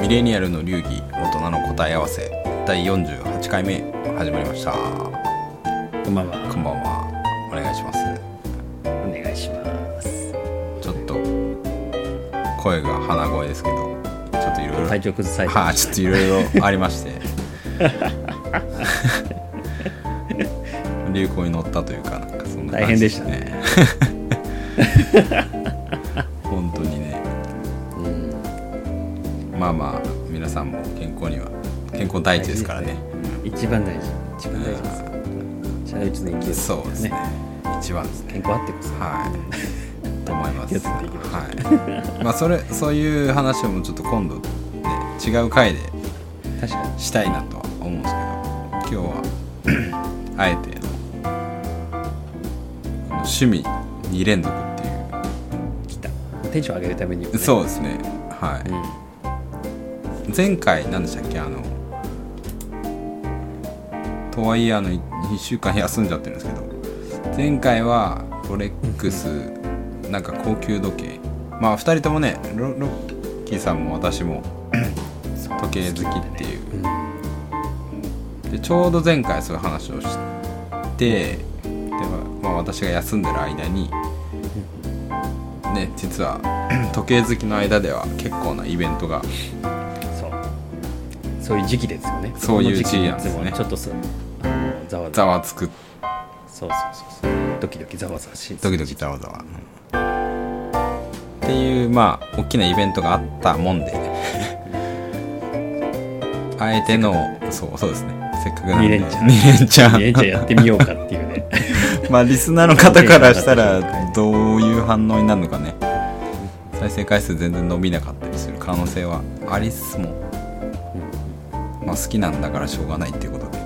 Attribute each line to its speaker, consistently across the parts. Speaker 1: ミレニアルの流儀大人の答え合わせ第48回目始まりましたこ
Speaker 2: こんばんは。
Speaker 1: んばんはお願いします
Speaker 2: お願いします。
Speaker 1: ちょっと声が鼻声ですけどちょっといろいろ
Speaker 2: 体調崩されて
Speaker 1: は
Speaker 2: ま
Speaker 1: い、
Speaker 2: し
Speaker 1: ちょっといろいろありまして流行に乗ったというかなんかそんな
Speaker 2: 大変でした
Speaker 1: 感
Speaker 2: ね
Speaker 1: じですね 本当にね
Speaker 2: た。うん
Speaker 1: まあまあ皆さんも健康には健康第一ですからね
Speaker 2: 一番大事。一番大事です。それはうちの生きる
Speaker 1: そうですね。一番ですね
Speaker 2: 健康あってこそ。
Speaker 1: はいと思いま
Speaker 2: 気
Speaker 1: す
Speaker 2: をつけていきましょ
Speaker 1: はい、まあそれそういう話もちょっと今度、ね、違う回で
Speaker 2: 確かに。
Speaker 1: したいなとは思うんですけど今日はあえてあの趣味2連続っていう
Speaker 2: 来た。テンション上げるためにもね。
Speaker 1: そうですねは
Speaker 2: うん。
Speaker 1: い前回何でしたっけあのとはいえあの1週間休んじゃってるんですけど前回はロレックスなんか高級時計まあ2人ともねロロッキーさんも私も時計好きっていう
Speaker 2: うん。
Speaker 1: でちょうど前回そういう話をしてで、まあ、私が休んでる間にね実は時計好きの間では結構なイベントが
Speaker 2: そう。そういう時期ですよね。
Speaker 1: そういう時期なんですね
Speaker 2: この時期いつもちょっとそう。あのざわざ
Speaker 1: ざ
Speaker 2: わ。
Speaker 1: わつく
Speaker 2: そうそうそうそう。ドキドキざわざわしい。
Speaker 1: ドキドキざわざわ、うんっていうまあ大きなイベントがあったもん であえてのそうそうですねせっかくなんで
Speaker 2: 二連チャン
Speaker 1: 二連チャン
Speaker 2: えじゃあやってみようかっていう ね。
Speaker 1: まあリスナーの方からしたらどういう反応になるのかね再生回数全然伸びなかったりする可能性はありつつも、まあ、好きなんだからしょうがないっていうことで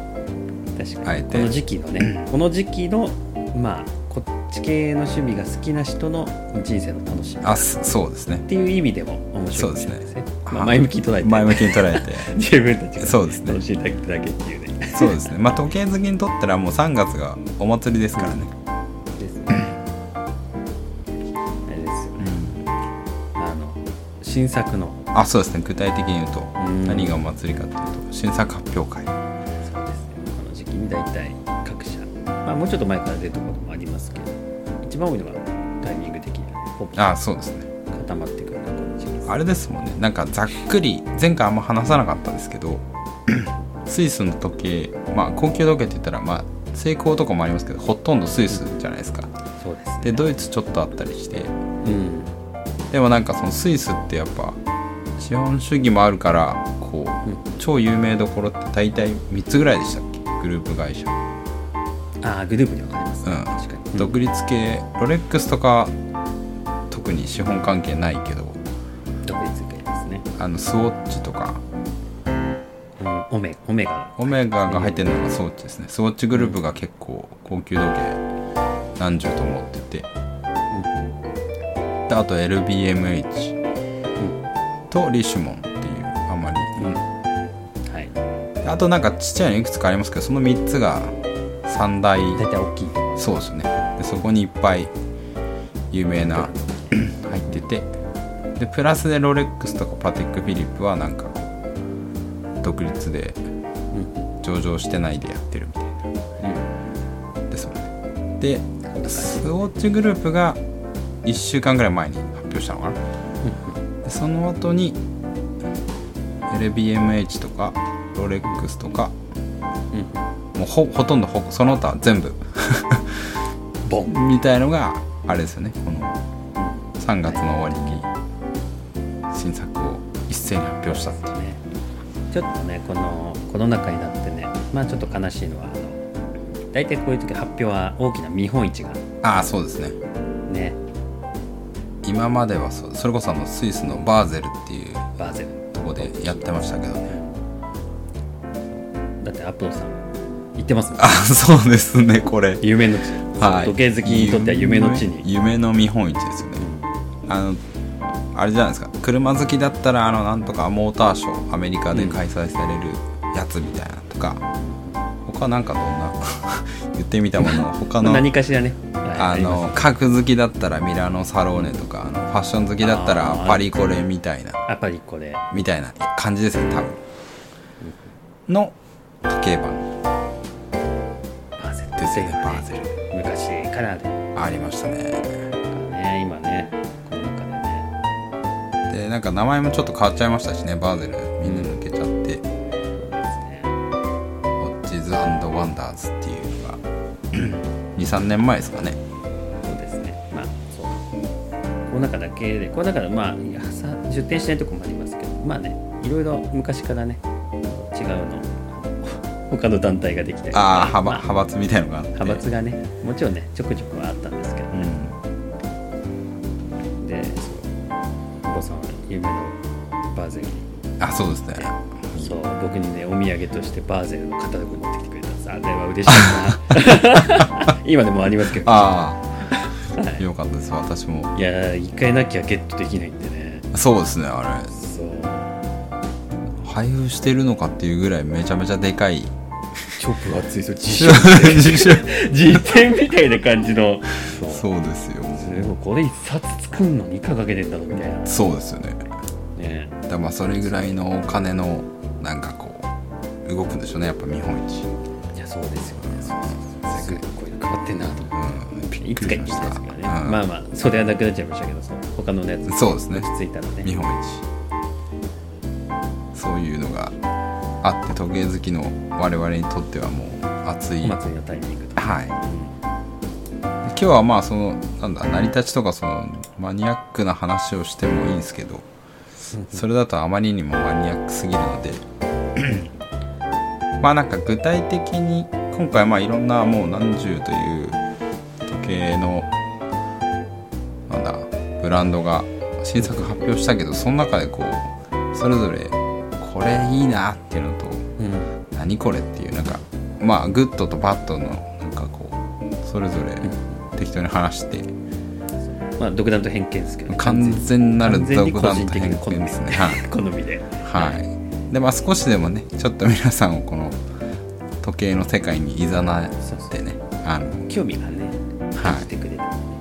Speaker 2: 確か
Speaker 1: あ
Speaker 2: に、
Speaker 1: えて
Speaker 2: この時期のねこの時期のまあこっち系の趣味が好きな人の人生の楽しみっ
Speaker 1: あそそうですね
Speaker 2: ていう意味でも面白いかもしれないですねまあ、前向きに捉えて
Speaker 1: 前向きに捉えて
Speaker 2: 自分たち
Speaker 1: そうです
Speaker 2: が
Speaker 1: ね
Speaker 2: 楽しいだけだけっていうね
Speaker 1: そうですねまあ時計好きにとったらもう3月がお祭りですからね、
Speaker 2: ですねあれですよねあの新作の
Speaker 1: あそうですね具体的に言うと
Speaker 2: うん
Speaker 1: 何がお祭りかっていうと新作発表会
Speaker 2: そうですねこの時期に大体各社、まあ、もうちょっと前から出るところもありますけど一番多いのはタイミング的にはほぼ
Speaker 1: あそうですね
Speaker 2: 固まってくるのがこの時期です
Speaker 1: あれですもんねなんかざっくり前回あんま話さなかったですけ どスイスの時計まあ高級時計って言ったらまあ成功とかもありますけどほとんどスイスじゃないですか
Speaker 2: そうですね
Speaker 1: でドイツちょっとあったりして
Speaker 2: うん
Speaker 1: でもなんかそのスイスってやっぱ資本主義もあるからこう、
Speaker 2: うん
Speaker 1: 超有名どころって大体3つぐらいでしたっけグループ会社、
Speaker 2: ああグループに分かれますね、
Speaker 1: うん
Speaker 2: 確かに、
Speaker 1: 独立系ロレックスとか特に資本関係ないけど
Speaker 2: 独立系ですね、
Speaker 1: あのスウォッチとか
Speaker 2: うん、オメオメガ
Speaker 1: オメガが入ってるのが装置ですね装置グループが結構高級時計何十と思っててであと LBMH
Speaker 2: うん
Speaker 1: とリシュモンっていうあまり
Speaker 2: はい
Speaker 1: であとなんかちっちゃいのいくつかありますけどその3つが三大
Speaker 2: 大体大きい
Speaker 1: そうですねでそこにいっぱい有名な入っててでプラスでロレックスとかパテック・フィリップはなんかこう独立で
Speaker 2: うん
Speaker 1: 上場してないでやってるみたいなですもんねで
Speaker 2: 感じ
Speaker 1: スウォッチグループが1週間ぐらい前に発表したのかなでその後に LBMH とかロレックスとか
Speaker 2: うんうん
Speaker 1: もうほほとんどほその他全部
Speaker 2: ボ ン
Speaker 1: みたいのがあれですよねこの3月の終わりに新作を一斉に発表したっていう
Speaker 2: ねちょっとねこのコロナ禍になってねまあちょっと悲しいのはあの大体こういう時発表は大きな見本市が
Speaker 1: ああそうですね
Speaker 2: ね
Speaker 1: 今まではそうそれこそあのスイスのバーゼルっていう
Speaker 2: バーゼル
Speaker 1: とこでやってましたけどね
Speaker 2: だってアプロさん行ってますもん
Speaker 1: あそうですねこれ
Speaker 2: 夢の地、
Speaker 1: はい、
Speaker 2: 時計好きにとっては夢の地に
Speaker 1: 夢夢の見本市ですよねあのあれじゃないですか車好きだったらあのなんとかモーターショーアメリカで開催されるやつみたいなのとか、他なんかどんな 言ってみた もの他
Speaker 2: まあ
Speaker 1: の
Speaker 2: 何かしらね、はい
Speaker 1: あ
Speaker 2: ります
Speaker 1: の家具好きだったらミラノサローネとかあのファッション好きだった
Speaker 2: あ
Speaker 1: ら
Speaker 2: ー
Speaker 1: パリコレみたいな
Speaker 2: やっぱりこれ
Speaker 1: みたいな感じですね多分の時計盤
Speaker 2: パーゼル
Speaker 1: ですよねバーゼ
Speaker 2: 昔からで、ね、
Speaker 1: ルありましたね
Speaker 2: 今ねこの中でね
Speaker 1: でなんか名前もちょっと変わっちゃいましたしねバーゼルみんな抜けちゃって、
Speaker 2: そうですね
Speaker 1: ウォッチズワンダーズっていうのが23 年前ですかね
Speaker 2: そうですねまあそうこの中だけでこの中でまあいやさ出店しないとこもありますけどまあねいろいろ昔からね違うの あの他の団体ができたりとか
Speaker 1: ああ派,、
Speaker 2: ま
Speaker 1: 派閥みたいのがあって
Speaker 2: 派閥がねもちろんねちょくちょくはあったんですけど
Speaker 1: うん
Speaker 2: ね、でそうお坊さんは有名なバーゼルに
Speaker 1: あそうですね
Speaker 2: そう僕にねお土産としてバーゼルのカタログ持ってきてくれたんですあれは嬉しい な今でもありますけど
Speaker 1: ああよかったです私も
Speaker 2: いやー一回なきゃゲットできないんでね
Speaker 1: そうですねあれ
Speaker 2: そう
Speaker 1: 配布してるのかっていうぐらいめちゃめちゃでか い
Speaker 2: 超分厚いですよ
Speaker 1: 自称
Speaker 2: 辞典みたいな感じのそう
Speaker 1: そうですよ
Speaker 2: すごいこれ一冊作るのにいかかけてんだろうみたいな
Speaker 1: そうですよね
Speaker 2: ね
Speaker 1: だからまあそれぐらいのお金のなんかこう動くんでしょうねやっぱ見本市
Speaker 2: いやそうですよねそう
Speaker 1: う
Speaker 2: そうそうすごいこういうの変わってんなと思
Speaker 1: うん
Speaker 2: って
Speaker 1: び
Speaker 2: い
Speaker 1: っ
Speaker 2: つ
Speaker 1: く
Speaker 2: か
Speaker 1: り
Speaker 2: 行
Speaker 1: しま
Speaker 2: き
Speaker 1: した
Speaker 2: いですけどね、
Speaker 1: うん
Speaker 2: まあまあそれはなくなっちゃいましたけどそう他のやつ
Speaker 1: そうですね
Speaker 2: 落ち着いたらね
Speaker 1: 見本市そういうのがあって時計好きの我々にとってはもう熱い
Speaker 2: お祭りのタイミングとか、
Speaker 1: はい今日はまあそのなんだ成り立ちとかそのマニアックな話をしてもいいんですけどそれだとあまりにもマニアックすぎるのでまあなんか具体的に今回まあいろんなもう何十という時計のなんだブランドが新作発表したけどその中でこうそれぞれこれいいなっていうのと
Speaker 2: うん
Speaker 1: 何これっていうなんかまあグッドとバッドのなんかこうそれぞれ適当に話して
Speaker 2: まあ独断と偏見ですけど、ね、
Speaker 1: 完全なる独断と偏
Speaker 2: 完全
Speaker 1: 見
Speaker 2: に
Speaker 1: です
Speaker 2: 個人
Speaker 1: ね
Speaker 2: 的
Speaker 1: はい、
Speaker 2: 好みで
Speaker 1: はい、でまあ少しでもねちょっと皆さんをこの時計の世界にいざなってねあの
Speaker 2: 興味がね
Speaker 1: はい
Speaker 2: 感じてくれる、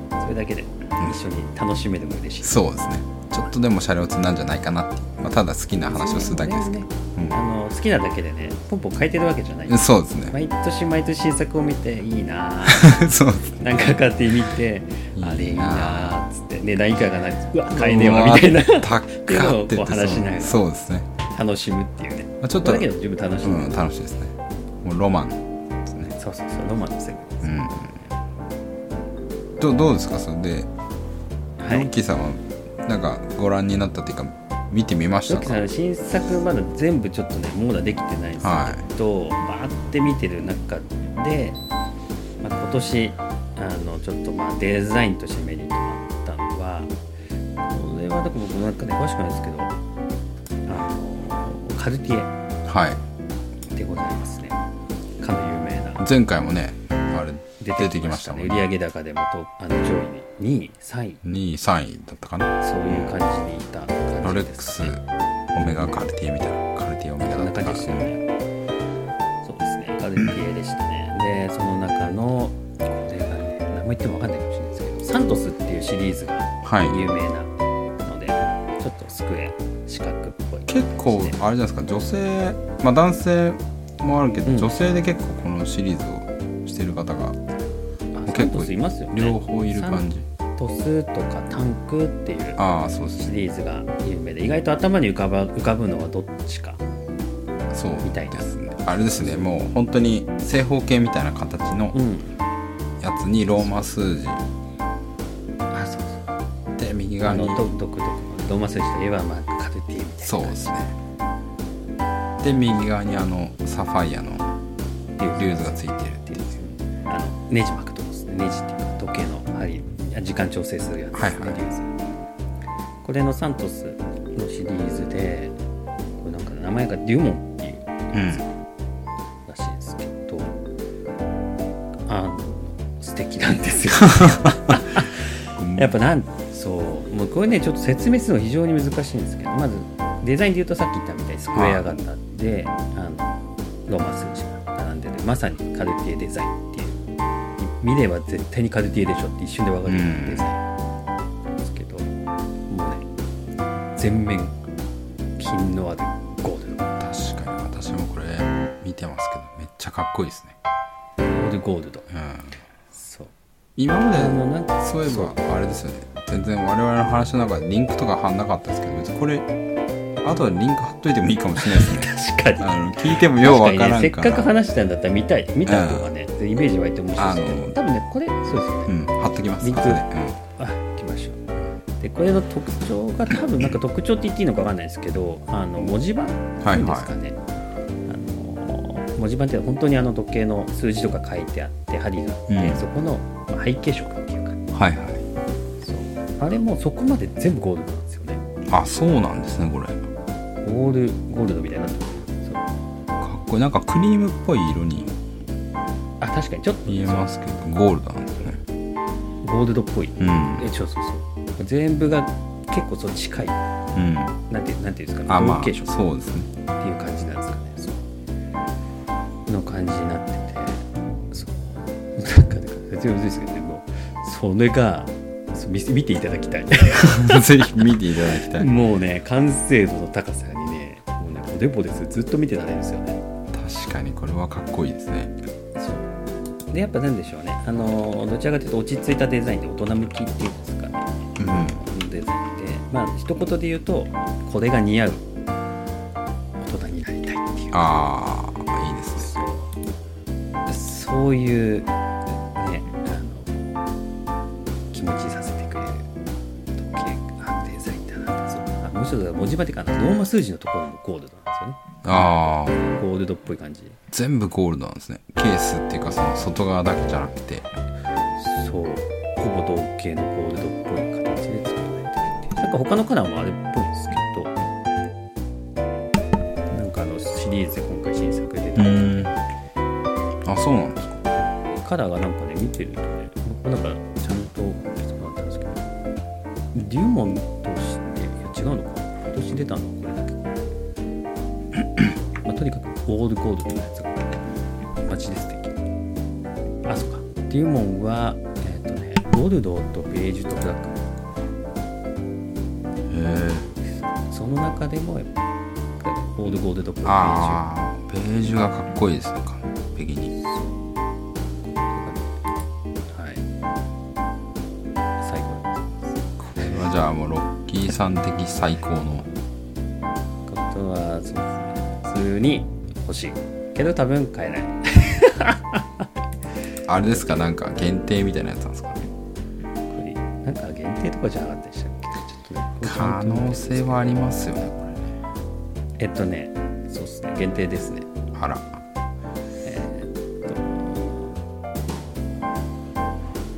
Speaker 2: それだけで一緒に楽しめても嬉しい
Speaker 1: そうですねちょっとでもシャレオツなんじゃないかなっていう、まあ、ただ好きな話をするだけですけど、
Speaker 2: あの好きなだけでねポンポン変えてるわけじゃない、
Speaker 1: うん、そうですね
Speaker 2: 毎年毎年新作を見ていいなあ
Speaker 1: そうですね
Speaker 2: なんか買ってみて
Speaker 1: いいなあ
Speaker 2: あれいいなあっつって値段以下がないつうわ買えねえわみたいな
Speaker 1: うわ高っって言って
Speaker 2: こう話しながら
Speaker 1: そうそうですね、
Speaker 2: 楽しむっていうね、
Speaker 1: まあ、ちょっ
Speaker 2: そ
Speaker 1: と
Speaker 2: れだけでも十分楽し
Speaker 1: う
Speaker 2: む、
Speaker 1: ん、楽しいですねもうロマンですね
Speaker 2: そうそうそうロマンの世界です、
Speaker 1: うんどどうですかそれで
Speaker 2: は
Speaker 1: ロ
Speaker 2: い
Speaker 1: ッキーさんはなんかご覧になったっていうか見てみまし
Speaker 2: ロ
Speaker 1: た
Speaker 2: ッキーさ
Speaker 1: か
Speaker 2: んの新作まだ全部ちょっとね網羅できてないんですけど、バーって見てる中で、まあ、今年あのちょっとまあデザインとして目に留まったのはこれはだから僕なんかね詳しくないですけどあのカルティ
Speaker 1: はい
Speaker 2: エでございますねかの有名な
Speaker 1: 前回もねあれ出てきましたも
Speaker 2: ね
Speaker 1: ん
Speaker 2: 売
Speaker 1: ね
Speaker 2: 上高でもとあの上位に2位3位
Speaker 1: 2位3位だったかな
Speaker 2: そういう感じにいた
Speaker 1: ロ
Speaker 2: 感
Speaker 1: レ
Speaker 2: じ
Speaker 1: ッ
Speaker 2: で
Speaker 1: ク
Speaker 2: す
Speaker 1: ス
Speaker 2: かね
Speaker 1: オメガカルティエみたいなカルティエオメガ
Speaker 2: そ
Speaker 1: だ
Speaker 2: ん
Speaker 1: っ
Speaker 2: な
Speaker 1: た
Speaker 2: 感
Speaker 1: から
Speaker 2: じでしたよね。そうですね、カルティエでしたね。で、その中の、これがね、何も言っても分かんないかもしれないですけど、サントスっていうシリーズが
Speaker 1: はい
Speaker 2: 有名なので、ちょっとスクエア、四角っぽい感じで。
Speaker 1: 結構あれじゃないですか女性まあ男性もあるけど、
Speaker 2: うん
Speaker 1: 女性で結構このシリーズをしてる方が
Speaker 2: あサントスいますよね。
Speaker 1: 両方いる感じ、
Speaker 2: サントスとかタンクっていう
Speaker 1: ああそうです
Speaker 2: シ
Speaker 1: ね
Speaker 2: リーズが有名で、意外と頭に浮かば浮かぶのはどっちか。
Speaker 1: そう
Speaker 2: みたいな
Speaker 1: ですねあれですねもう本当に正方形みたいな形の
Speaker 2: うん。
Speaker 1: やつにローマ数字
Speaker 2: あ、そうそう。
Speaker 1: で右側
Speaker 2: あの
Speaker 1: に、
Speaker 2: 独特とか、ドーマスジといえば、まあ、カルティエみたいな。
Speaker 1: そうですねで右側にあのサファイアのリューズがついてる
Speaker 2: っていうあのネジ巻くとこですねネジっていうか時計の針あ時間調整するやつですね、
Speaker 1: はいはい
Speaker 2: リューズこれのサントスのシリーズでこれなんか名前がデュモンっていう
Speaker 1: うん
Speaker 2: らしいんですけどあの素敵なん ですよやっぱなんそうもうこれねちょっと説明するの非常に難しいんですけどまずデザインで言うとさっき言ったみたいにスクエア型であのローマ数字が並んでるまさにカルティエデザインっていう見れば絶対にカルティエでしょって一瞬で分かるようなデザインなんですけど、もうね全面金のあるゴールゴ
Speaker 1: 確かに私もこれ見てますけどめっちゃかっこいいですね、
Speaker 2: ールゴールド
Speaker 1: うん、
Speaker 2: そう
Speaker 1: 今ま
Speaker 2: あの
Speaker 1: で
Speaker 2: なんか
Speaker 1: そういえばあれですよね全然我々の話の中でリンクとか貼んなかったですけど別にこれあとはリンク貼っといてもいいかもしれないですね
Speaker 2: 確かに
Speaker 1: あの聞いてもようわからんから
Speaker 2: 確かにね、せっかく話したんだったら見たい見た方がね、イメージ湧いて面白いですけ
Speaker 1: あ
Speaker 2: ど
Speaker 1: の
Speaker 2: 多分ねこれそうですよね、
Speaker 1: うん、貼っときます
Speaker 2: リンク
Speaker 1: 後で
Speaker 2: あ行きましょうでこれの特徴が多分なんか特徴って言っていいのかわかんないですけどあの文字盤
Speaker 1: は
Speaker 2: ないんですかね、あの文字盤って本当にあの時計の数字とか書いてあって針があって、
Speaker 1: うん
Speaker 2: そこのまあ背景色っていうか
Speaker 1: うん、はいはい
Speaker 2: そうあれもそこまで全部ゴールドなんですよね
Speaker 1: あそうなんですねこれか
Speaker 2: ゴールゴールドみたいになってるそ
Speaker 1: っ
Speaker 2: う
Speaker 1: こいいなんかクリームっぽい色に
Speaker 2: あ確かにちょっと
Speaker 1: 見えますけどゴールドなんですね
Speaker 2: ゴールドっぽい、
Speaker 1: うん
Speaker 2: えそうそうそう全部が結構そう近い
Speaker 1: うん
Speaker 2: なんてなんていうんですか
Speaker 1: あ
Speaker 2: ね
Speaker 1: ま
Speaker 2: 同系色
Speaker 1: あそうですね
Speaker 2: っていう感じなんですかねそうの感じになっててそうなんかだから全然ですけどでもそれがそう見せ見ていただきたい
Speaker 1: ぜひ見ていただきたい
Speaker 2: もうね完成度の高さにねもうねおでぼですずっと見てられるんですよね
Speaker 1: 確かにこれはかっこいいですね
Speaker 2: そうでやっぱなんでしょうねあのどちらかというと落ち着いたデザインで大人向きっていうんですかね
Speaker 1: うん
Speaker 2: デザインでまあ一言で言うとこれが似合う大人になりたいっていう
Speaker 1: ああいいですね
Speaker 2: そういう、ね、あの気持ちにさせてくれる時計あデザインだなとそうあもう一つは文字盤っていうかあのローマ数字のところもゴールドなんで
Speaker 1: ああ
Speaker 2: すよねゴールドっぽい感じ
Speaker 1: 全部ゴールドなんですねケースっていうかその外側だけじゃなくて
Speaker 2: そうほぼ同型のゴールドっぽい形で作られてるっていうなんか他のカラーもあれっぽいんですけどなんかあのシリーズで今回新作で出た
Speaker 1: んあそうなんですか
Speaker 2: カラーがなんかね見てるとね僕なんかちゃんとしてもらったんですけどデュモンとしていや違うのか今年出たのはこれだけまあとにかくオールゴールドのやつがマジで素敵あそっかデュモンはえっ、とねゴールドとベージュとブラック
Speaker 1: へえ
Speaker 2: その中でもやっぱオールゴールドとベージュ
Speaker 1: ああベージュがかっこいいですね完璧に
Speaker 2: はい最高でございます
Speaker 1: これはじゃあもうロッキーさん的最高の
Speaker 2: ことはそうですね普通に欲しいけど多分買えない
Speaker 1: あれですかなんか限定みたいなやつなんですかね
Speaker 2: 栗なんか限定とかじゃなかったでしたっけちょっとね僕ちゃ
Speaker 1: 可
Speaker 2: んと見てない
Speaker 1: 能性はありますよねこれね
Speaker 2: えっとねそうですね限定ですね
Speaker 1: あら
Speaker 2: えーっと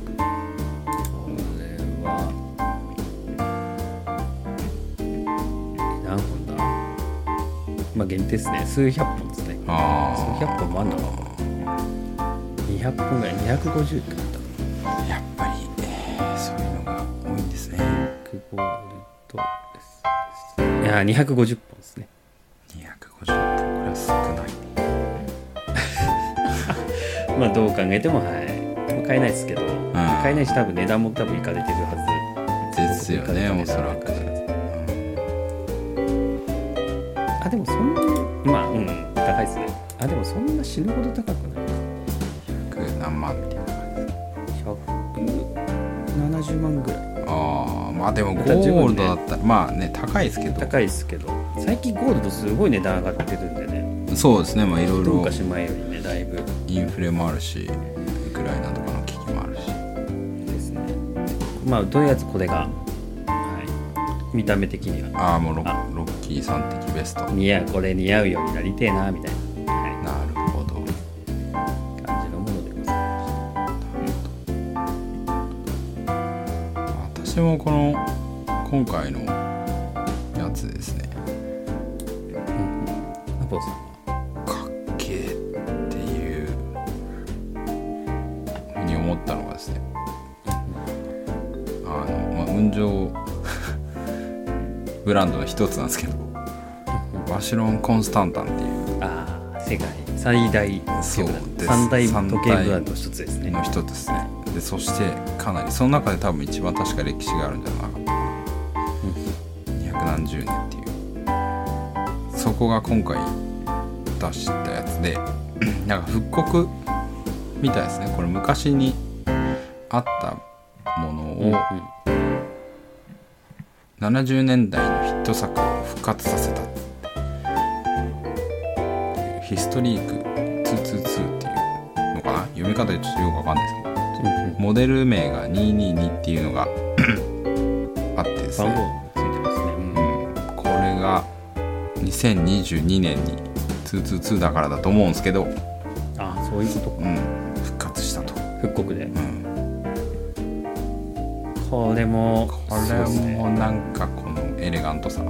Speaker 2: これは何本だまあ限定ですね数百本ですね数
Speaker 1: あ
Speaker 2: 百本もあんのか200本ぐらい250って書いてあった
Speaker 1: あやっぱり、えーそういうのが多いんですね
Speaker 2: 100ゴールドです。いやー、250本ですね。
Speaker 1: 250本これは少ない
Speaker 2: まあ、どう考えても、はい。まあ買えないですけど、買えないし、多分値段も多分いかれてるは
Speaker 1: ですよねおそらく、
Speaker 2: ず。あ、でもそんなに、まあ、うん、高いですね。あ、でもそんな死ぬほど高くない。
Speaker 1: 100何万みたいな感じ
Speaker 2: 170万ぐらい。
Speaker 1: ああまあでもゴ
Speaker 2: また十
Speaker 1: ール
Speaker 2: 分
Speaker 1: ド
Speaker 2: ね
Speaker 1: だったらまあね高いですけど
Speaker 2: 高いですけど、最近ゴールドすごい値段上がってるんでね、
Speaker 1: そうですねまあいろい
Speaker 2: 一
Speaker 1: ろ
Speaker 2: 昔前よりね、だいぶ
Speaker 1: インフレもあるしウクライナとかの危機もあるし
Speaker 2: ですね。まあ、とりあえずこれが、はい、見た目的には。
Speaker 1: ああもうロ
Speaker 2: あ
Speaker 1: ロッキーさん的ベストな
Speaker 2: 似合うこれ似合うようになりてえなみたいな、は
Speaker 1: るほど
Speaker 2: い、感じのものでございま
Speaker 1: 私もこの今回のやつですね
Speaker 2: すナポさんは
Speaker 1: かっけえっていうふうに思ったのがですねあの、まあ、雲 上ブランドの一つなんですけどバシロン・コンスタンタンっていう
Speaker 2: ああ世界最大
Speaker 1: そうです
Speaker 2: 三大
Speaker 1: 三大
Speaker 2: 時計ブランドの一つですね
Speaker 1: の一つですねでそしてかなりその中で多分一番確か歴史があるんじゃなかったかな二百何十年っていうそこが今回出したやつで なんか復刻みたいですねこれ昔にあったもの
Speaker 2: うんうん
Speaker 1: を70年代のヒット作を復活させたヒストリーク222っていうのかな読み方でちょっとよくわかんないですけど
Speaker 2: うんうん
Speaker 1: モデル名が222っていうのが あってです
Speaker 2: 番
Speaker 1: ね、
Speaker 2: 号ついてますね、うん
Speaker 1: うん、これが2022年に222だからだと思うんですけど、
Speaker 2: あそういうことか
Speaker 1: うん、復活したと、
Speaker 2: 復刻で
Speaker 1: うん、
Speaker 2: これも
Speaker 1: これもなんかこのエレガントさ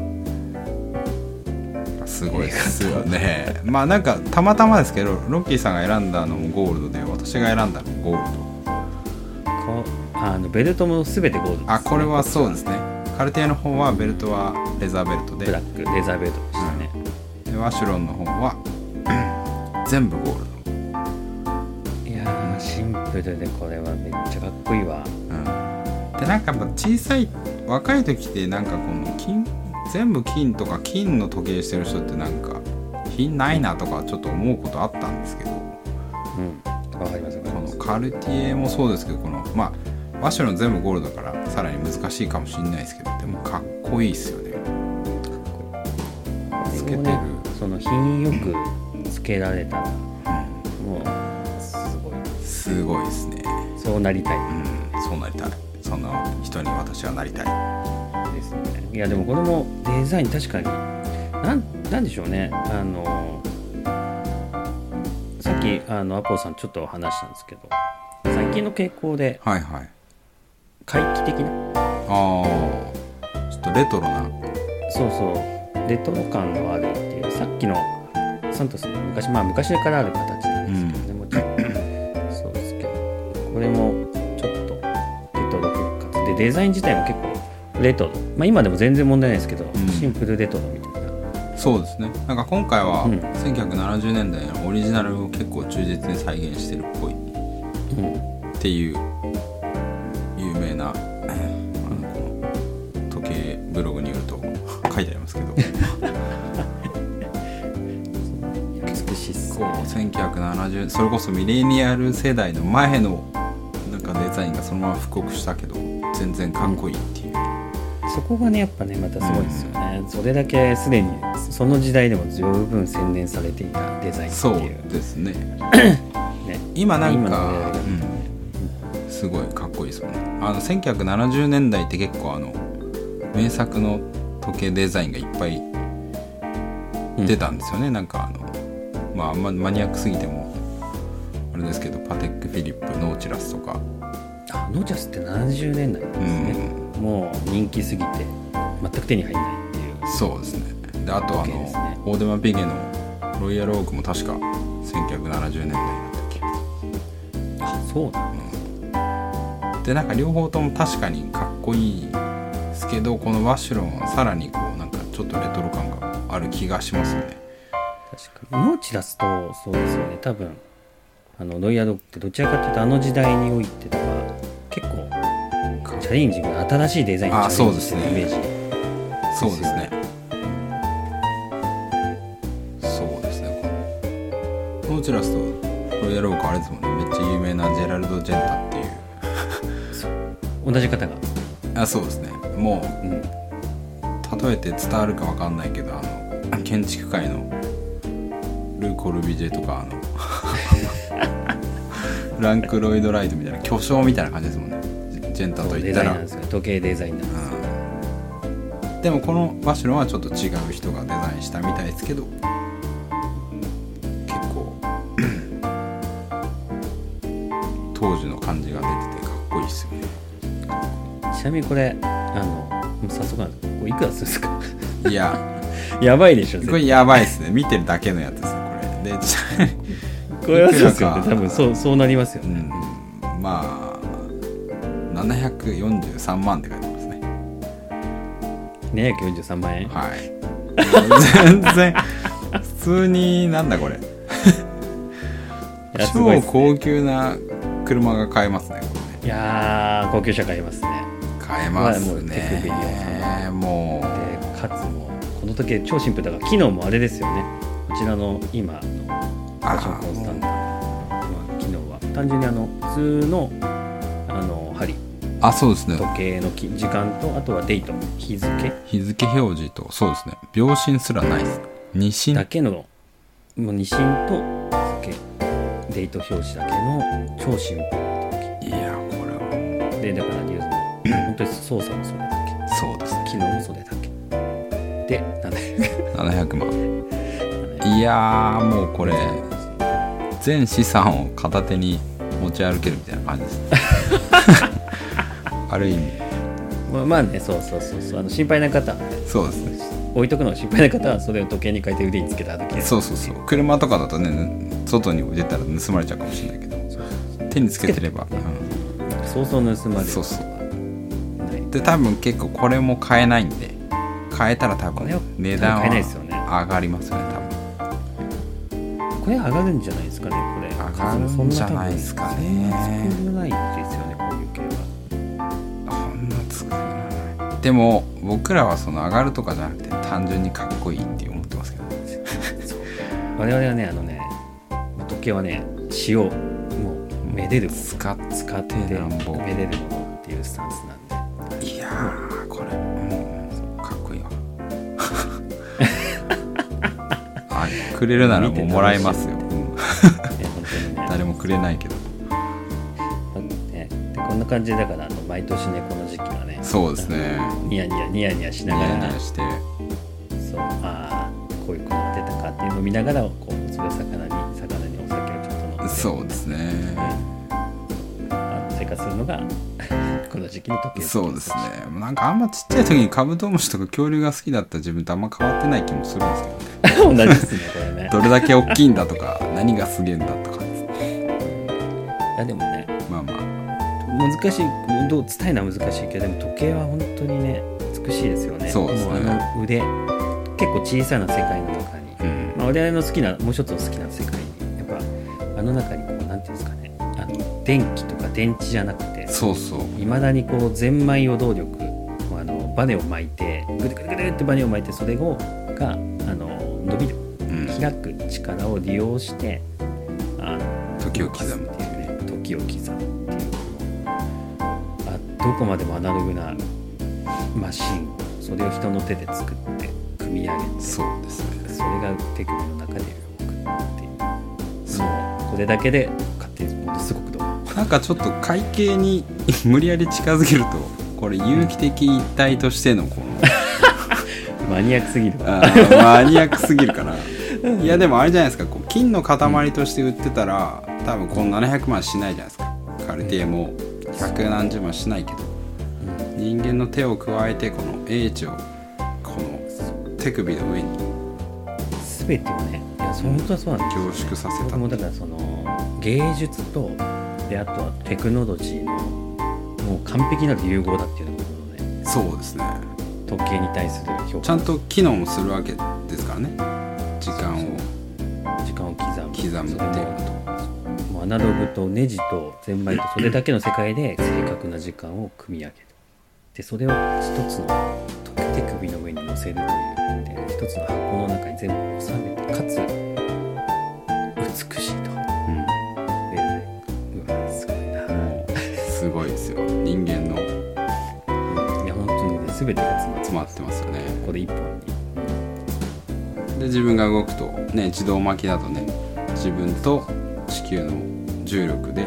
Speaker 1: すごいですよね まあなんかたまたまですけどロッキーさんが選んだのもゴールドで私が選んだのもゴールド
Speaker 2: こあのベルトも全てゴールドですね、
Speaker 1: あこれはそうですねカルティエの方はベルトはレザーベルトで
Speaker 2: ブラックレザーベルトでしたね、
Speaker 1: でワシュロンの方は全部ゴールド
Speaker 2: いやーシンプルでこれはめっちゃかっこいいわ
Speaker 1: うんでなんかやっぱ小さい若い時ってなんかこの金全部金とか金の時計してる人ってなんか品ないなとかちょっと思うことあったんですけど
Speaker 2: うんわかりますわかり
Speaker 1: こ
Speaker 2: ま
Speaker 1: の
Speaker 2: す
Speaker 1: カルティエもそうですけどこのまあワシュロン全部ゴールドだからさらに難しいかもしれないですけどでもかっこいいっすよねつけてる
Speaker 2: これもねその品よくつけられたらもうすごい
Speaker 1: すごいですね
Speaker 2: そうなりたい
Speaker 1: うんそうなりたいその人に私はなりたい
Speaker 2: ですねいやでもこれもデザイン確かになんなんでしょうねあのさっきあのアポさんちょっと話したんですけど最近の傾向で
Speaker 1: はいはい
Speaker 2: 回帰的な
Speaker 1: ああちょっとレトロな
Speaker 2: そうそうレトロ感のあるっていうさっきのサントスの昔まあ昔からある形なんですけどね、もちろんそうですけどこれもちょっとレトロ復活でデザイン自体も結構レトロまあ今でも全然問題ないですけど、
Speaker 1: ん
Speaker 2: シンプルレトロみたいな
Speaker 1: そうですねなんか今回は
Speaker 2: うん
Speaker 1: 1970年代のオリジナルを結構忠実に再現してるっぽいっ
Speaker 2: うん
Speaker 1: ていう有名なあのこの時計ブログによると 書いてありますけ ど
Speaker 2: 美しいっす
Speaker 1: こう
Speaker 2: ね
Speaker 1: 1970それこそミレニアル世代の前のなんかデザインがそのまま復刻したけど全然かっこいいっていう、
Speaker 2: そこがねやっぱねまたすごいですよね、それだけすでにその時代でも十分洗練されていたデザインって
Speaker 1: そう
Speaker 2: いう
Speaker 1: ですね
Speaker 2: ね
Speaker 1: 今なん
Speaker 2: 今
Speaker 1: か
Speaker 2: の、
Speaker 1: うん、すごいかっこいいですよねあの1970年代って結構あの名作の時計デザインがいっぱい出たんですよね、なんかあのまああんまマニアックすぎてもあれですけどパテック・フィリップノーチラスとか
Speaker 2: あノーチャスって70年代なんですね、もう人気すぎて全く手に入らないっていう
Speaker 1: そうですねであとあの、
Speaker 2: 時計ですね
Speaker 1: オーデマ・ピゲのロイヤル・オークも確か1970年代だった気が
Speaker 2: あそうな
Speaker 1: するでなんか両方とも確かにかっこいいですけどこのワシュロンはさらにこうなんかちょっとレトロ感がある気がしますよね
Speaker 2: 確かにノーチラスとそうですよね多分あのロイヤルオークってどちらかというとあの時代においてとか結構チャレンジングな新しいデザインに
Speaker 1: あ
Speaker 2: チャレンジしてる
Speaker 1: そ
Speaker 2: イ
Speaker 1: うで
Speaker 2: メー
Speaker 1: す
Speaker 2: ジ
Speaker 1: そうですねそうですねこのノーチラスとロイヤル・オークあれですもんねめっちゃ有名なジェラルド・ジェンタっていう
Speaker 2: 同じ方が、
Speaker 1: あそうですねもう
Speaker 2: うん、
Speaker 1: 例えて伝わるかわかんないけどあの建築界のルー・コルビジェとか あのフランク・ロイド・ライトみたいな巨匠みたいな感じですもんねジジェンタとい
Speaker 2: デ
Speaker 1: った
Speaker 2: ザイン
Speaker 1: ら
Speaker 2: なんですよ時計デザインなんですよ
Speaker 1: うんでもこのバシロンはちょっと違う人がデザインしたみたいですけど結構 当時の感じが出ててかっこいいですよね
Speaker 2: ちなみにこれあのもう早速なんですけどこれいくらするんですか
Speaker 1: いや
Speaker 2: やばいでしょ絶
Speaker 1: これ
Speaker 2: 対
Speaker 1: やばいですね見てるだけのやつですねこれでちなみに
Speaker 2: これはそうです
Speaker 1: い
Speaker 2: よね
Speaker 1: くらか
Speaker 2: 多分そうそうなりますよ
Speaker 1: う
Speaker 2: ね、
Speaker 1: ん、まあ743万って書いてますね
Speaker 2: 743万円
Speaker 1: はい全然普通になんだこれ
Speaker 2: やすごい
Speaker 1: 超
Speaker 2: っすね
Speaker 1: 高級な車が買えますねこれね
Speaker 2: いやー高級車買いますね
Speaker 1: 買えます
Speaker 2: まあもう手首には
Speaker 1: ねもう
Speaker 2: でかつもうこの時計超シンプルだから機能もあれですよねこちらの今の
Speaker 1: あ
Speaker 2: ファッションコンスタントの機能は単純にあの普通のあの針
Speaker 1: あそうですね
Speaker 2: 時計のき時間とあとはデート日付
Speaker 1: 日付表示とそうですね秒針すらないです二針
Speaker 2: だけのもう2進と日付デート表示だけの超シンプルない
Speaker 1: やこれは
Speaker 2: 時計でだからニュースの本当に操作もそれだ
Speaker 1: そうですね
Speaker 2: け機能もそれだけでなんだっ
Speaker 1: 700万
Speaker 2: け
Speaker 1: いやーもうこれ全資産を片手に持ち歩けるみたいな感じですね ある意味
Speaker 2: まあまあねそうそうそうそうあの心配な方はね
Speaker 1: そうですね
Speaker 2: 置いとくのが心配な方はそれを時計に変えて腕につけただけ
Speaker 1: そうそうそう車とかだとね外に出たら盗まれちゃうかもしれないけど
Speaker 2: そう
Speaker 1: 手につけてれば、
Speaker 2: そうそう盗まれる
Speaker 1: そうそう
Speaker 2: ない
Speaker 1: うんで多分結構これも買えないんで買えたら多
Speaker 2: これは
Speaker 1: 分値段
Speaker 2: 買えないですよね
Speaker 1: は上がりますよね多分
Speaker 2: これ上がるんじゃないですかねこれ
Speaker 1: 上がるんじゃないですかね
Speaker 2: そんな多分少ないですよねこういう系は
Speaker 1: こんな作りないでも僕らはその上がるとかじゃなくて単純にかっこいいって思ってますけど
Speaker 2: 我々はねあのね時計はね塩もうめでるもの
Speaker 1: 使って
Speaker 2: 使って
Speaker 1: なんぼ
Speaker 2: めでるものっていうスタンスなん で
Speaker 1: いやーこれうんかっこい いわあくれるならもうもらいますよ、うん
Speaker 2: ね本当にね
Speaker 1: 誰もくれないけど
Speaker 2: ねでこんな感じでだからあの毎年ねこの時期はね
Speaker 1: そうですね
Speaker 2: ニヤニヤニヤニヤし
Speaker 1: ニ
Speaker 2: なが
Speaker 1: ヤ
Speaker 2: ら
Speaker 1: ニヤして
Speaker 2: そうああこういうことが出たかっていうのを見ながらこうそれを魚に魚にお酒をちょっと飲んで
Speaker 1: そうですね
Speaker 2: あの生活するのが この時期の時計
Speaker 1: そうですねなんかあんまちっちゃい時にカブトムシとか恐竜が好きだった自分とあんま変わってない気もするんですけど ね
Speaker 2: 同じですねこれね
Speaker 1: どれだけ大きいんだとか何がすげえんだとかっつって
Speaker 2: いやでもね
Speaker 1: まあま
Speaker 2: 難しいどう伝えるのは難しいけどでも時計は本当にね美しいですよね
Speaker 1: そうですね
Speaker 2: もあの腕結構小さな世界の中に、
Speaker 1: あうん
Speaker 2: まあ、我々の好きなもう一つの好きな世界にやっぱあの中にこうなんていうんですかねあの電気とか電池じゃなくて
Speaker 1: そうそう
Speaker 2: いまだにこうゼンマイを動力あのバネを巻いてぐるぐるぐるってバネを巻いてそれをがあの伸びる
Speaker 1: うん
Speaker 2: 開く力を利用してあの
Speaker 1: 時を刻む
Speaker 2: っていうね時を刻むっていうこのあどこまでもアナログなマシンそれを人の手で作って組み上げてそ
Speaker 1: そうですね
Speaker 2: れが手首の中で動くっていう
Speaker 1: そう
Speaker 2: これだけで勝手にものすごく動く
Speaker 1: なんかちょっと会計に 無理やり近づけるとこれ有機的一体としてのこの
Speaker 2: マニアックすぎる
Speaker 1: あーマニアックすぎるかないやでもあれじゃないですかこう金の塊として売ってたら多分この700万しないじゃないですかカルティエも百何十万しないけど人間の手を加えてこの英知をこの手首の上に
Speaker 2: 全てをねいや本当はそうなんですよ
Speaker 1: 凝縮させ
Speaker 2: 僕
Speaker 1: た
Speaker 2: もだからその芸術とであとはテクノロジーのもう完璧なる融合だっていうのがこのね
Speaker 1: そうですね
Speaker 2: 時計に対する評価
Speaker 1: ちゃんと機能もするわけですからね時間を
Speaker 2: 時間を刻む
Speaker 1: 刻むっていうこと
Speaker 2: ともうアナログとネジとゼンマイとそれだけの世界で正確な時間を組み上げるでそれを一つの手首の上に乗せるというで一つの箱の中に全部収めてかつ美しいと
Speaker 1: うん
Speaker 2: でうわすごいな
Speaker 1: もうすごいですよ人間の
Speaker 2: いや本当にね全てが詰ま
Speaker 1: 詰まっ
Speaker 2: って
Speaker 1: てますよね
Speaker 2: ここで一本に
Speaker 1: で自分が動くとね自動巻きだとね自分と地球の重力で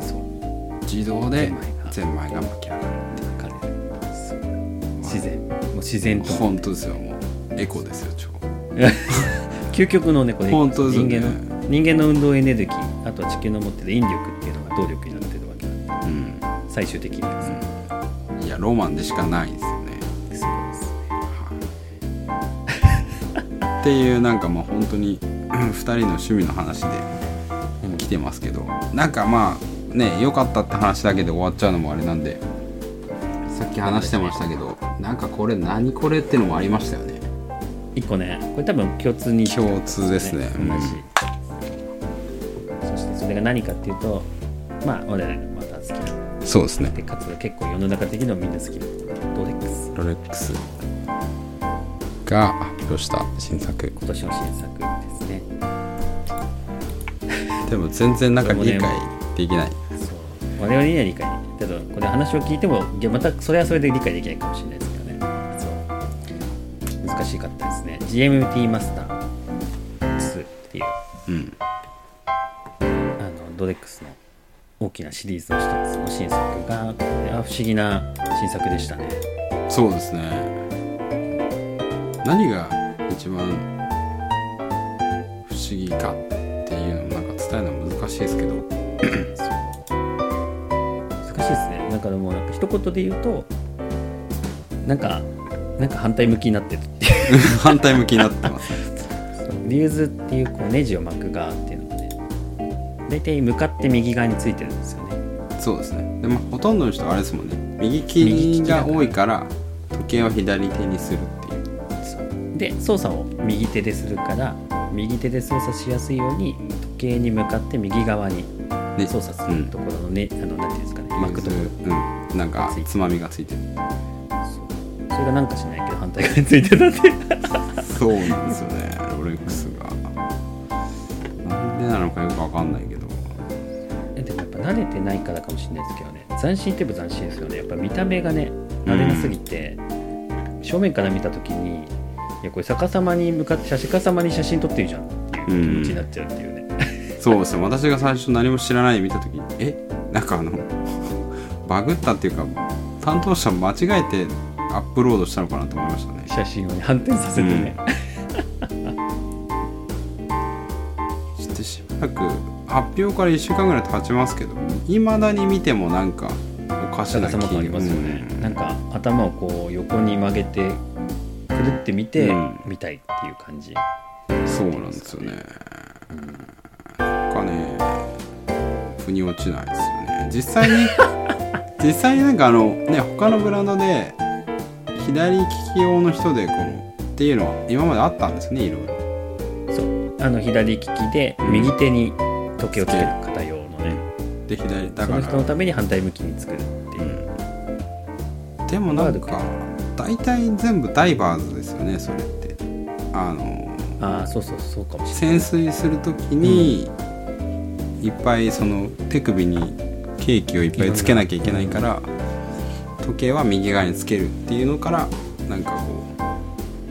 Speaker 2: そう
Speaker 1: 自動で
Speaker 2: ゼ
Speaker 1: ゼンマイが巻き上がる
Speaker 2: 彼そう自然もう自然と
Speaker 1: 本当ですよもうエコですよ超
Speaker 2: 究極のねこれ
Speaker 1: 本当ですよね
Speaker 2: 人間の人間の運動エネルギーあとは地球の持ってる引力っていうのが動力になってるわけなんで
Speaker 1: うん、
Speaker 2: 最終的にはそう
Speaker 1: うん、いやロマンでしかないですよね
Speaker 2: ですね
Speaker 1: はいっていうなんかまあ本当に2 人の趣味の話で
Speaker 2: うん
Speaker 1: 来てますけどなんかまあね良かったって話だけで終わっちゃうのもあれなんでさっき話してましたけどなんかこれ何これってのもありましたよね
Speaker 2: 一個ねこれ多分共通に
Speaker 1: 共通ですね
Speaker 2: 同じ、そしれが何かっていうとまあ我々のまた好きな
Speaker 1: そうですね
Speaker 2: でかつ結構世の中的にはみんな好きなロレックス
Speaker 1: ロレックスが発表した新作
Speaker 2: 今年の新作ですね
Speaker 1: でも全然なんか理解できない、
Speaker 2: そう我々には理解できないけどこれ話を聞いてもいやまたそれはそれで理解できないかもしれないですけどねそう難しかったですね GMT マスター2っていう
Speaker 1: うん、
Speaker 2: あのドレックスの大きなシリーズの一つの新作がこれは不思議な新作でしたね
Speaker 1: そうですね何が一番不思議かっていうのもなんか伝えるの難しいですけど
Speaker 2: そう難しいですねだからもうなんか一言で言うとなんかなんか反対向きになってるっていう
Speaker 1: 反対向きになってますね
Speaker 2: リューズっていうこうネジを巻く側っていうのがね大体向かって右側についてるんですよね
Speaker 1: そうですねでもほとんどの人はあれですもんね右利きが多いから時計を左手にするっていう
Speaker 2: そうで操作を右手でするから右手で操作しやすいように時計に向かって右側に
Speaker 1: ね
Speaker 2: 操作するところのね、あのなんていうんですかね巻くところ
Speaker 1: うんなんかつまみがつ いてる
Speaker 2: そうそれがなんかしないけど反対側についてたっていう
Speaker 1: そうなんですよねロレックスがなんでなのかよくわかんないけど
Speaker 2: えでもやっぱ慣れてないからかもしれないですけどね斬新って言えば斬新ですよねやっぱ見た目がね慣れなすぎて、正面から見た時にいやこれ逆さまに向かって写真逆さまに写真撮ってるじゃんっていう気持ちになっちゃうっていうね、
Speaker 1: そうですね私が最初何も知らないで見た時にえなんかあのバグったっていうか担当者間違えてアップロードしたのかなと思いましたね
Speaker 2: 写真をね反転させてね、
Speaker 1: そしてしばらく発表から1週間ぐらい経ちますけどいまだに見てもなんかおかし
Speaker 2: 逆
Speaker 1: な
Speaker 2: さ
Speaker 1: 気
Speaker 2: ま感ありますよね、
Speaker 1: うん
Speaker 2: なんか頭をこう横に曲げてくるって見て、
Speaker 1: うん
Speaker 2: 見たいっていう感じ
Speaker 1: そうなんですよねなんかね腑に落ちないですよね実際 に実際になんかあのね他のブランドで左利き用の人でこのっていうのは今まであったんですねいろいろ
Speaker 2: そうあの左利きで右手に時計をつける方用のね、
Speaker 1: で左だ
Speaker 2: そ
Speaker 1: か
Speaker 2: の人の
Speaker 1: ら
Speaker 2: ために反対向きに作るっていう、
Speaker 1: でもなん
Speaker 2: まあ
Speaker 1: か大体全部ダイバーズですよねそれってあの
Speaker 2: ああそうそうそうかもしれ
Speaker 1: 潜水する時に、いっぱいその手首にケーキをいっぱいつけなきゃいけないから時計は右側につけるっていうのからなんかこ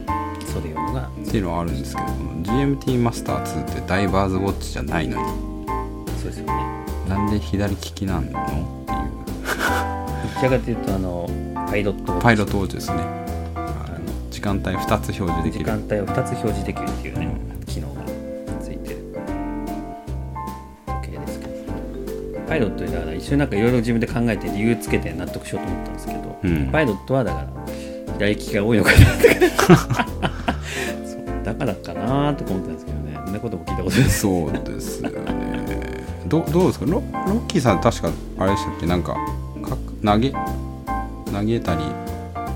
Speaker 2: ないそれ用のが
Speaker 1: うっていうのはあるんですけどこの GMT マスター2ってダイバーズウォッチじゃないのに
Speaker 2: そうですよね
Speaker 1: なんで左利きなのっていう
Speaker 2: どちらかというとあのパイロット
Speaker 1: パイロットウォッチですねあの時間帯2つ表示で
Speaker 2: 時
Speaker 1: きる
Speaker 2: 間帯を2つ表示できるっていうね
Speaker 1: う
Speaker 2: 機能がついてる時計ですけどパイロットだから一瞬なんかいろいろ自分で考えて理由つけて納得しようと思ったんですけど、
Speaker 1: うん
Speaker 2: パイロットはだから左利きが多いのかなってそうだからかなーとか思ったんですけどねそんなことも聞いたことないです
Speaker 1: そうですよねどどうですかロロッキーさん確かあれでしたっけなんかか投げ投げたり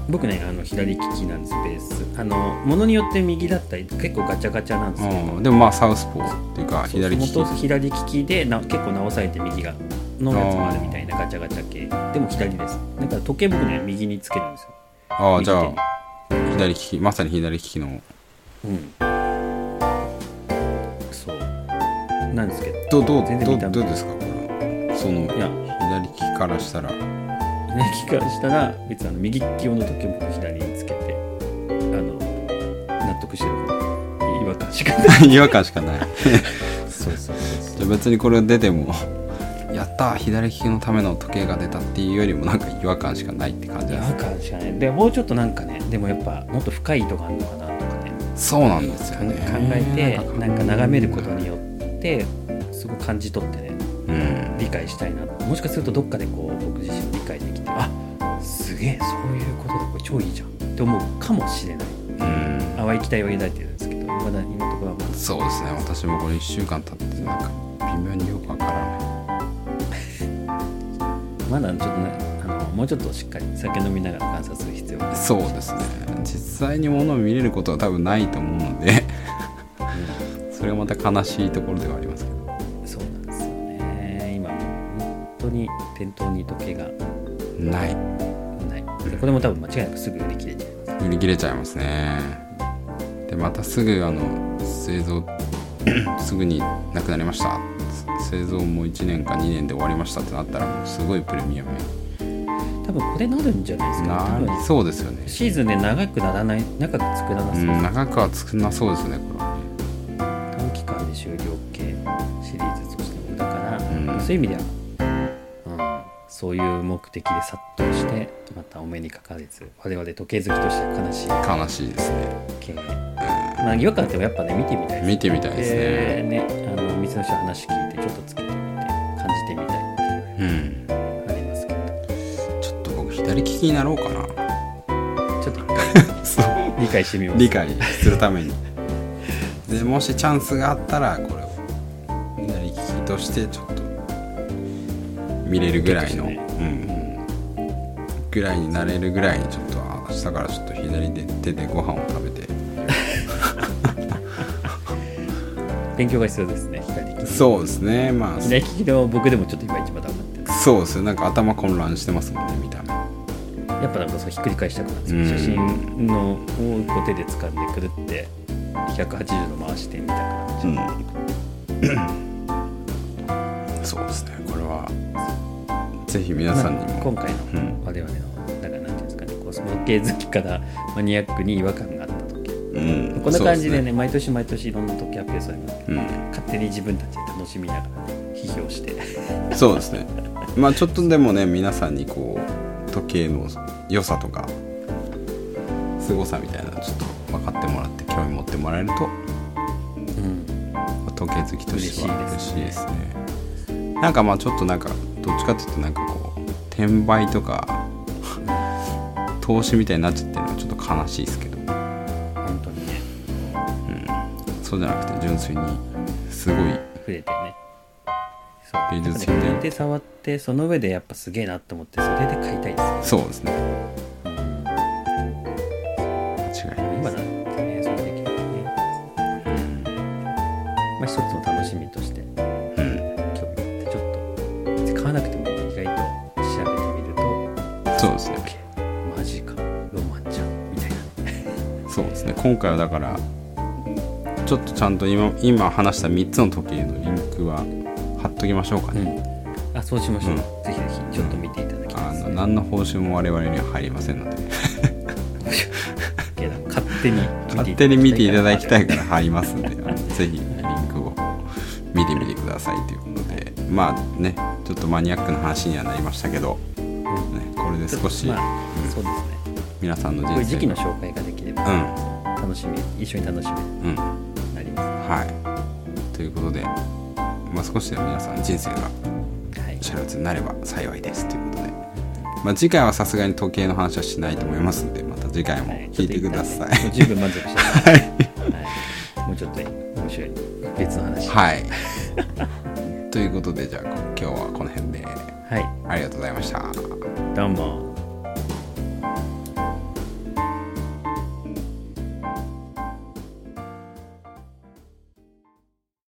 Speaker 2: 僕ねあの左利きなんですベースあのものによって右だったり結構ガチャガチャなんですけど、
Speaker 1: うん、でもまあサウスポーっていうか
Speaker 2: そう
Speaker 1: 左利き
Speaker 2: 元々左利きでな結構直されて右がのやつもあるみたいなガチャガチャ系でも左ですだから時計僕ね右につけるんですよ
Speaker 1: ああじゃ
Speaker 2: 右手
Speaker 1: あ左利きまさに左利きの
Speaker 2: うんそうなんですけ
Speaker 1: ど
Speaker 2: ど
Speaker 1: どう
Speaker 2: 全然
Speaker 1: ど
Speaker 2: 見た
Speaker 1: うどうですかこれその
Speaker 2: いや
Speaker 1: 左利きからしたら
Speaker 2: 左利きからしたら別にあの右利き用の時計僕左につけてあの納得してるから違和感しかない
Speaker 1: 違和感しかない
Speaker 2: そうそうそうそう
Speaker 1: じゃあ別にこれ出ても やったー左利きのための時計が出たっていうよりもなんか違和感しかないって感じ
Speaker 2: 違
Speaker 1: で
Speaker 2: 和感しかないでもうちょっとなんかねでもやっぱもっと深い意図があるのかなとかね
Speaker 1: すそうなんですよ
Speaker 2: 考
Speaker 1: ね
Speaker 2: えてなんか眺めることによってすごく感じ取ってね
Speaker 1: うん
Speaker 2: 理解したいなもしかするとどっかでこう僕自身を理解できてあすげえそういうことだこれ超いいじゃんって思うかもしれない
Speaker 1: うん
Speaker 2: 淡い期待を抱いてるんですけどまだ今のところはまだ
Speaker 1: そうですね私もこれ1週間経ってなんか微妙によくわからない
Speaker 2: まだちょっとねあのもうちょっとしっかり酒飲みながら観察する必要がある
Speaker 1: そうですね実際に物を見れることは多分ないと思う のでそれはまた悲しいところではありますけど
Speaker 2: そうなんですよね当に店頭に時計が
Speaker 1: ない
Speaker 2: ないでこれも多分間違いなくすぐ売り切れちゃいます
Speaker 1: 売り切れちゃいますねでまたすぐあの製造 すぐになくなりました製造も1年か2年で終わりましたってなったらもうすごいプレミアム
Speaker 2: 多分これなるんじゃないですか、
Speaker 1: な
Speaker 2: 多
Speaker 1: り
Speaker 2: 分
Speaker 1: そうですよね
Speaker 2: シーズンで長くならない長く作らな
Speaker 1: う
Speaker 2: そうん
Speaker 1: 長くは作んなそうですねこれはね
Speaker 2: 短期間で終了系シリーズとしてもだから、
Speaker 1: うん
Speaker 2: そういう意味では、うん、そういう目的で殺到してまたお目にかかれず我々時計好きとして悲しい
Speaker 1: 悲しいですね
Speaker 2: 経験まあ違和感ってもやっぱね見てみたい
Speaker 1: 見てみたいですね、
Speaker 2: でねあのお店の人の話聞いてちょっとつけてみて感じてみたいっていう
Speaker 1: うん
Speaker 2: のがありますけど
Speaker 1: ちょっと僕左利きになろうかな
Speaker 2: ちょっと一回
Speaker 1: そう
Speaker 2: 理解してみま す
Speaker 1: 理解するためにでもしチャンスがあったらこれを左利きとしてちょっと見れるぐらいの、
Speaker 2: ちょっ
Speaker 1: うんうんぐらいになれるぐらいにちょっとあ明日からちょっと左手でご飯を食べて
Speaker 2: 勉強が必要ですね左利き
Speaker 1: そうですねまあ
Speaker 2: 左利きの僕でもちょっと今一番ダメだってる
Speaker 1: そうですよなんか頭混乱してますもんね見た目
Speaker 2: やっぱなんかそうひっくり返したくなって、
Speaker 1: うん
Speaker 2: 写真のをこう手で掴んでくるって180度回してみたくなっちゃう、
Speaker 1: そうですねこれはぜひ皆さんに
Speaker 2: まあ
Speaker 1: も
Speaker 2: 今回
Speaker 1: うん
Speaker 2: の我々のだからなんていうんですかねこうスモーケー好きからマニアックに違和感があった時
Speaker 1: うん
Speaker 2: こんな感じで
Speaker 1: そう
Speaker 2: ね毎年毎年いろんな時発表されますけど
Speaker 1: すね
Speaker 2: 勝手に自分たちで楽しみながら、ね、批評して
Speaker 1: うんそうですねまあちょっとでもね皆さんにこう時計の良さとか凄さみたいなのちょっと分かってもらって興味持ってもらえると
Speaker 2: うん
Speaker 1: 時計好きとしては嬉しいですねなんかまあちょっとなんかどっちかっていうとなんかこう転売とか投資みたいになっちゃってるのはちょっと悲しいですけど
Speaker 2: 本当にね
Speaker 1: そうじゃなくて純粋にすごい
Speaker 2: 触れてねそう
Speaker 1: 芸術品
Speaker 2: やっ
Speaker 1: だよ
Speaker 2: ぱね触れて触ってその上でやっぱすげえなと思ってそれで買いたいですよ
Speaker 1: そうですね間違いないです
Speaker 2: 今だってねそれできるよね、まあ、一つの楽しみとして興
Speaker 1: うん
Speaker 2: 味持ってちょっと別に買わなくても意外と調べてみると
Speaker 1: そうですね
Speaker 2: OK マジかロマンちゃんみたいな
Speaker 1: そうですね今回はだからちょっとちゃんと今今話した3つの時計のリンクは貼っときましょうかね、
Speaker 2: あそうしましょう、
Speaker 1: うん
Speaker 2: ぜひぜひちょっと見ていただき
Speaker 1: あ
Speaker 2: ます、
Speaker 1: の何の報酬も我々には入りません ので
Speaker 2: けど勝手に
Speaker 1: 勝手に見ていただきた
Speaker 2: い
Speaker 1: いから貼りますんで あのぜひリンクを見てみてくださいということでまあねちょっとマニアックな話にはなりましたけど、ね、これで少し
Speaker 2: まあ、そうですね
Speaker 1: 皆さんの人
Speaker 2: こ
Speaker 1: 生
Speaker 2: ういう時期の紹介ができれば楽しみ、一緒に楽しみに
Speaker 1: うんうん
Speaker 2: なりま
Speaker 1: はいということで、まあ、少しでも皆さんの人生が
Speaker 2: すはい
Speaker 1: シャになれば幸いですということで、まあ、次回はさすがに時計の話はしないと思いますのでまた次回も
Speaker 2: はい
Speaker 1: 聞いてください、
Speaker 2: ちょっと一旦ねもう十分満足してます、はい、もうちょっと面白い別の話は
Speaker 1: はい。ということで、じゃあ、今日はこの辺で、
Speaker 2: い、
Speaker 1: ありがとうございました。
Speaker 2: どうも。